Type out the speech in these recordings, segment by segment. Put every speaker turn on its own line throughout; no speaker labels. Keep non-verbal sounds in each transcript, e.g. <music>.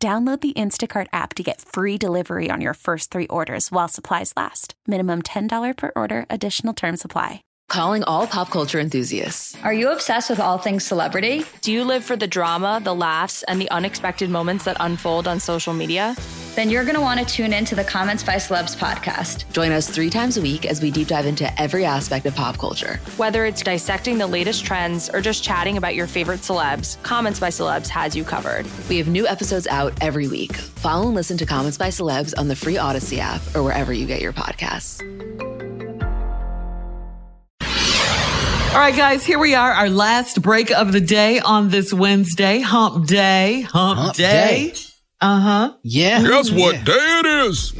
Download the Instacart app to get free delivery on your first three orders while supplies last. Minimum $10 per order, additional term supply.
Calling all pop culture enthusiasts.
Are you obsessed with all things celebrity?
Do you live for the drama, the laughs, and the unexpected moments that unfold on social media?
Then you're going to want to tune in to the Comments by Celebs podcast.
Join us three times a week as we deep dive into every aspect of pop culture.
Whether it's dissecting the latest trends or just chatting about your favorite celebs, Comments by Celebs has you covered.
We have new episodes out every week. Follow and listen to Comments by Celebs on the free Odyssey app or wherever you get your podcasts.
All right, guys, here we are, our last break of the day on this Wednesday, hump day, hump,
Hump
day.
day.
Uh huh.
Yeah.
Guess what
Yeah.
day
<laughs>
it is?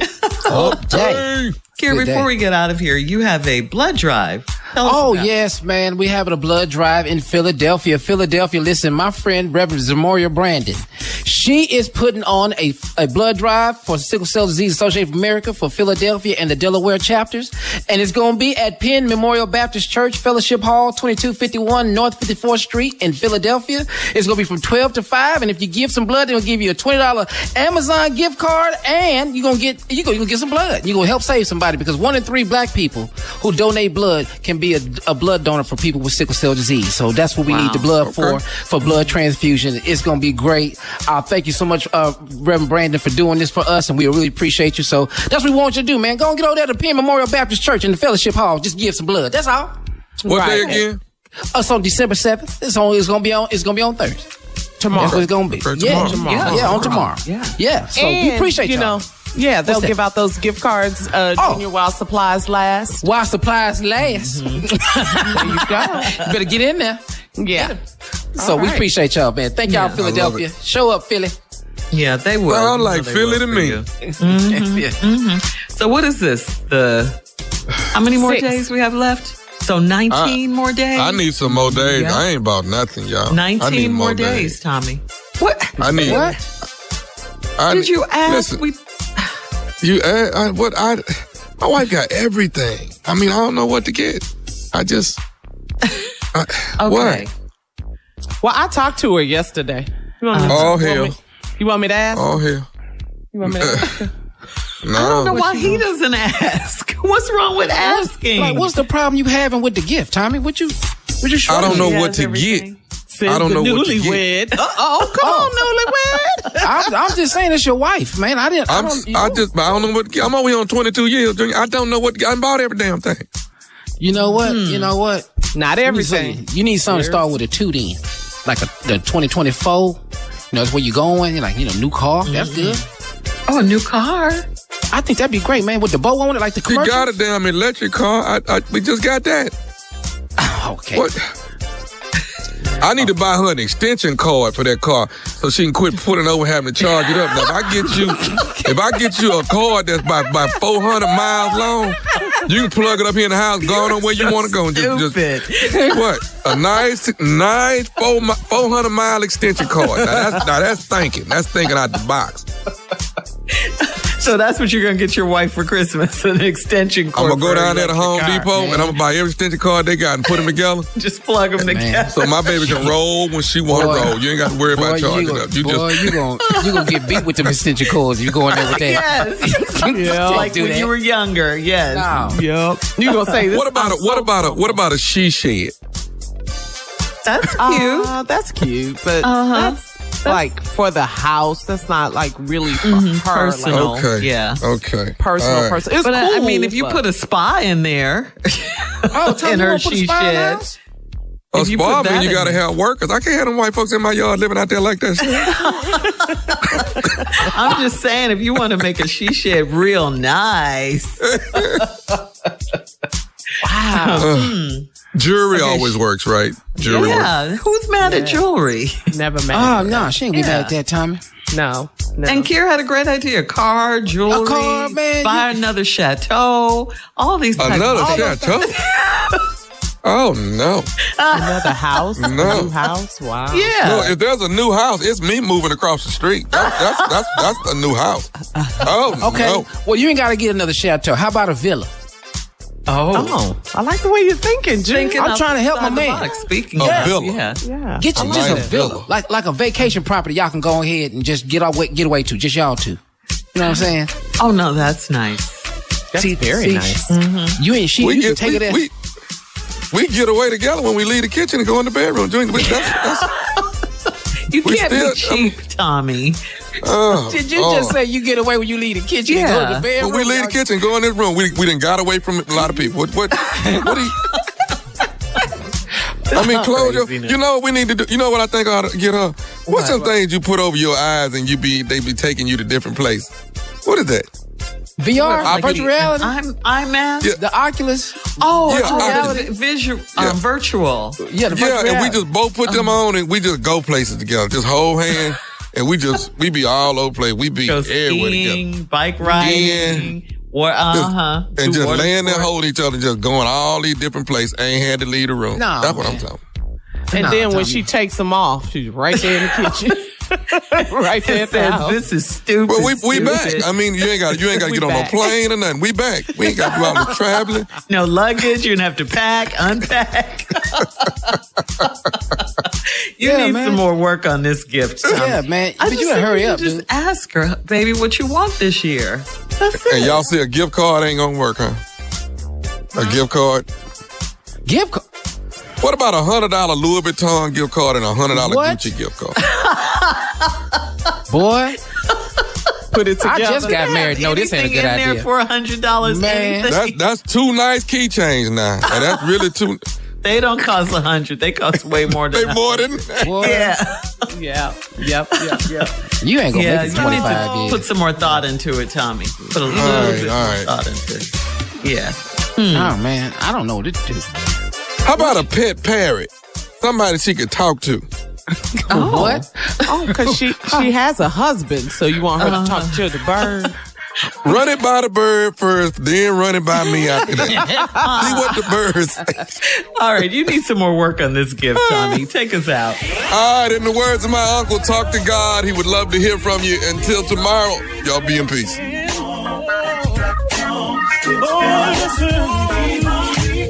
Hump day.
Hey,
Here,
Good
before
day.
we get out of here, you have a blood drive. Tell us
Oh
about it.
yes, man. We having a blood drive in Philadelphia. Philadelphia. Listen, my friend Reverend Zamoria Brandon, she is putting on a, a blood drive for Sickle Cell Disease Association of America for Philadelphia and the Delaware chapters, and it's going to be at Penn Memorial Baptist Church Fellowship Hall, 2251 North 54th Street in Philadelphia. It's going to be from 12 to 5, and if you give some blood, they'll give you a $20 Amazon gift card, and you're going to get you're going to get some blood. You're going to help save somebody because one in three black people who donate blood can be a, a blood donor for people with sickle cell disease. So that's what we need the blood for, for blood transfusion. It's going to be great. Uh, thank you so much, uh, Reverend Brandon, for doing this for us, and we really appreciate you. So that's what we want you to do, man. Go and get over there to Penn Memorial Baptist Church in the Fellowship Hall. Just give some blood. That's all.
What day
Right.
again?
Us on December 7th. It's on, it's going to be on, it's going to be on Thursday. Tomorrow. That's what it's going to be.
Okay,
Yeah,
tomorrow. Tomorrow.
Yeah, yeah, on tomorrow. Yeah. Yeah. So we appreciate
you
y'all.
know. Yeah, they'll
that?
give out those gift cards. Uh,
Oh.
Junior while supplies last.
While supplies last,
Mm-hmm.
<laughs>
There you go.
better get in there.
yeah.
So we appreciate y'all, man. Thank y'all, Philadelphia. Show up, Philly.
Yeah, they will.
Sound
You know
like
they will
Philly to
for
me.
you.
Mm-hmm.
Yeah.
So what is this? The how many more
Six.
days we have left? So nineteen more days.
Uh, I need some more days.
Yeah.
I ain't about nothing, y'all. I need
nineteen more days,
days.
Tommy. What
I need.
What?
I
did
need-
you ask?
Listen,
we
you asked. I, what I? My wife got everything. I mean, I don't know what to get.
<laughs>
I just. I,
okay.
What?
Well, I talked to her yesterday. You want me to,
All
you want
hell.
me, you want me to ask?
All hell. <laughs>
You want me to ask?
No.
I don't know why he doesn't <laughs> ask. What's wrong with asking?
Like, what's the problem you having with the gift, Tommy? What you? What you?
I
shrugging?
don't know
He
what
has
to
everything.
get. I don't know what to
Newlywed. Uh oh, come on, newlywed.
I'm, I'm just saying it's your wife, man. I didn't.
I'm,
I
s-
don't, you,
I
know,
just, I don't know what. to get. I'm only on 22 years. Junior. I don't know what. to get. I done bought every damn thing.
you know what? You know what?
Hmm. Not
You need something-
everything.
You need something to start with a two, then, like a, the 2024. You know, it's where you going. You're like, you know, new car. That's
Mm-hmm.
good.
Oh, a new car.
I think that'd be great, man. With the bow on it, like the
You
commercial.
got a damn electric car. I, I, we just got that.
Okay.
What? I need to buy her an extension cord for that car so she can quit putting over having to charge it up. Now, if I get you, if I get you a cord that's about, about 400 miles long, you can plug it up here in the house, go on where you want to go. And just, just what? A nice, nice four, mi- 400 mile extension cord. Now that's, now that's thinking. That's thinking out the box.
So that's what you're gonna get your wife for <laughs> Christmas—an extension
I'm
cord.
gonna go
for
down there to
electric
Home
car.
Depot and I'm gonna buy every extension cord they got and put them together.
Just plug them together.
So my baby can roll when she want
Boy.
to roll. You ain't got to worry
Boy,
about
you,
charging
gonna,
up. You
boy,
just
you gonna you gonna get beat with them extension cords. if You going there with
<laughs>
that?
<laughs>
<laughs>
Yes.
<laughs> Don't
like
do
when
that.
you were younger. Yes.
<laughs> No.
Yep. You gonna say this?
What about a what about a what about a she shed?
That's cute.
Uh, that's cute, Uh-huh. but that's, like for the house. That's not like really for her. Like,
Mm-hmm. Personal.
Okay.
Yeah.
Okay.
personal,
All right.
personal. It's
But uh,
cool.
I, I mean, if you
but- uh,
put a spa in there,
Oh,
<laughs>
Tommy,
in
you
her
wanna put a
she
spy in the
shed,
house?
A
If you
spa
put that
Oh, mean you
in
gotta
there.
have workers. I can't have them white folks in my yard living out there like that. shit.
I'm just saying, if you want to make a she shed real
<laughs>
nice,
Jewelry always works, right? Jewelry works.
yeah, who's mad at jewelry?
Never
Oh
met.
no, she ain't be mad at that, Tommy.
No. No.
<laughs> And Kier had a great idea: car, jewelry,
car, man,
buy another chateau, all these. types of
Another
things.
chateau. <laughs> oh no.
<laughs> Another house?
No.
New house? Wow.
Yeah.
No, if there's a new house, it's me moving across the street. That, that's that's that's a new house. Oh
Okay.
no.
Well, you ain't got to get another chateau. How about a villa?
Oh, I like the way you're thinking, G.
Thinking
I'm trying to help
outside
my
the
man.
box, Speaking
A
of-
villa.
yeah.
yeah.
Get you
I
just a
like that.
villa, like like a vacation property. Y'all can go ahead and just get away, get away to just y'all two. You know what I'm saying?
Oh no, that's nice.
That's very
see,
nice.
Mm-hmm.
You and she, you can take
we,
it as
we, we get away together when we leave the kitchen and go in the bedroom. Doing we, that's, that's,
You
We
can't be
still- I
cheap, Tommy.
oh,
Did you just say you get away when you leave the kitchen and go to
Yeah.
the bedroom?
When we leave the kitchen, go in this room. We we done got away from a lot of people. What <laughs> what what do you? I mean, Claudia, you know what we need to do? You know what I think I ought to get her? What's some things you put over your eyes and you be they be taking you to different places? What is that?
VR,
Like
virtual
it-
reality,
I'm I'm at
Yeah.
the Oculus.
oh
Yeah,
virtual
I-
reality, visual, um, virtual.
Yeah, the virtual
Yeah, and we
reality.
just both put them on and we just go places together. Just hold <laughs> hands and we just we be all over the place. We be
Go
everywhere together.
skiing, bike riding, or uh huh,
And just laying there holding each other, just going all these different places. Ain't had to leave the room.
Nah,
That's what I'm talking.
And then when she takes them off, she's right there in the kitchen. <laughs> right there at the
Says
house.
this is stupid.
Well, we we back.
stupid.
I mean, you ain't got you ain't got to
We
get on no
back.
plane or nothing. We back. We ain't got to do all this traveling.
No luggage. You're gonna have to pack, unpack. <laughs> you
Yeah,
need
man.
some more work on this gift. Tom.
Yeah, man.
I
But
just
you gotta
think
hurry up,
Just
dude.
ask her, baby, what you want this year. That's it.
And y'all see a gift card ain't gonna work, huh? A gift card.
Give co-
What about a hundred dollar Louis Vuitton gift card and a hundred dollar
What?
Gucci gift card?
<laughs>
boy.
Put it
I
together.
just got married. No, this ain't a
Anything
good
in there
idea.
for a hundred dollars.
Man.
anything.
That's that's two nice keychains now. And that's really two.
<laughs> They don't cost a hundred. They cost way more
They
than.
more than that.
Boy,
yeah,
Yeah. Yep. Yep. Yep.
you ain't gonna
yeah.
make it
You need to
25
put
years.
some more thought into it, Tommy. Put a little
right,
bit
all
more
right.
thought into it. Yeah.
Oh man, I don't know what to do.
How about a pet parrot? Somebody she could talk to.
What?
<laughs> Oh, because she she has a husband, so you want her to talk
Uh-huh.
to the bird.
Run it by the bird first, then run it by me after that. See what the birds say.
All right, you need some more work on this gift, <laughs> Tommy. Take us out.
All right, in the words of my uncle, talk to God. He would love to hear from you. Until tomorrow, y'all be in peace.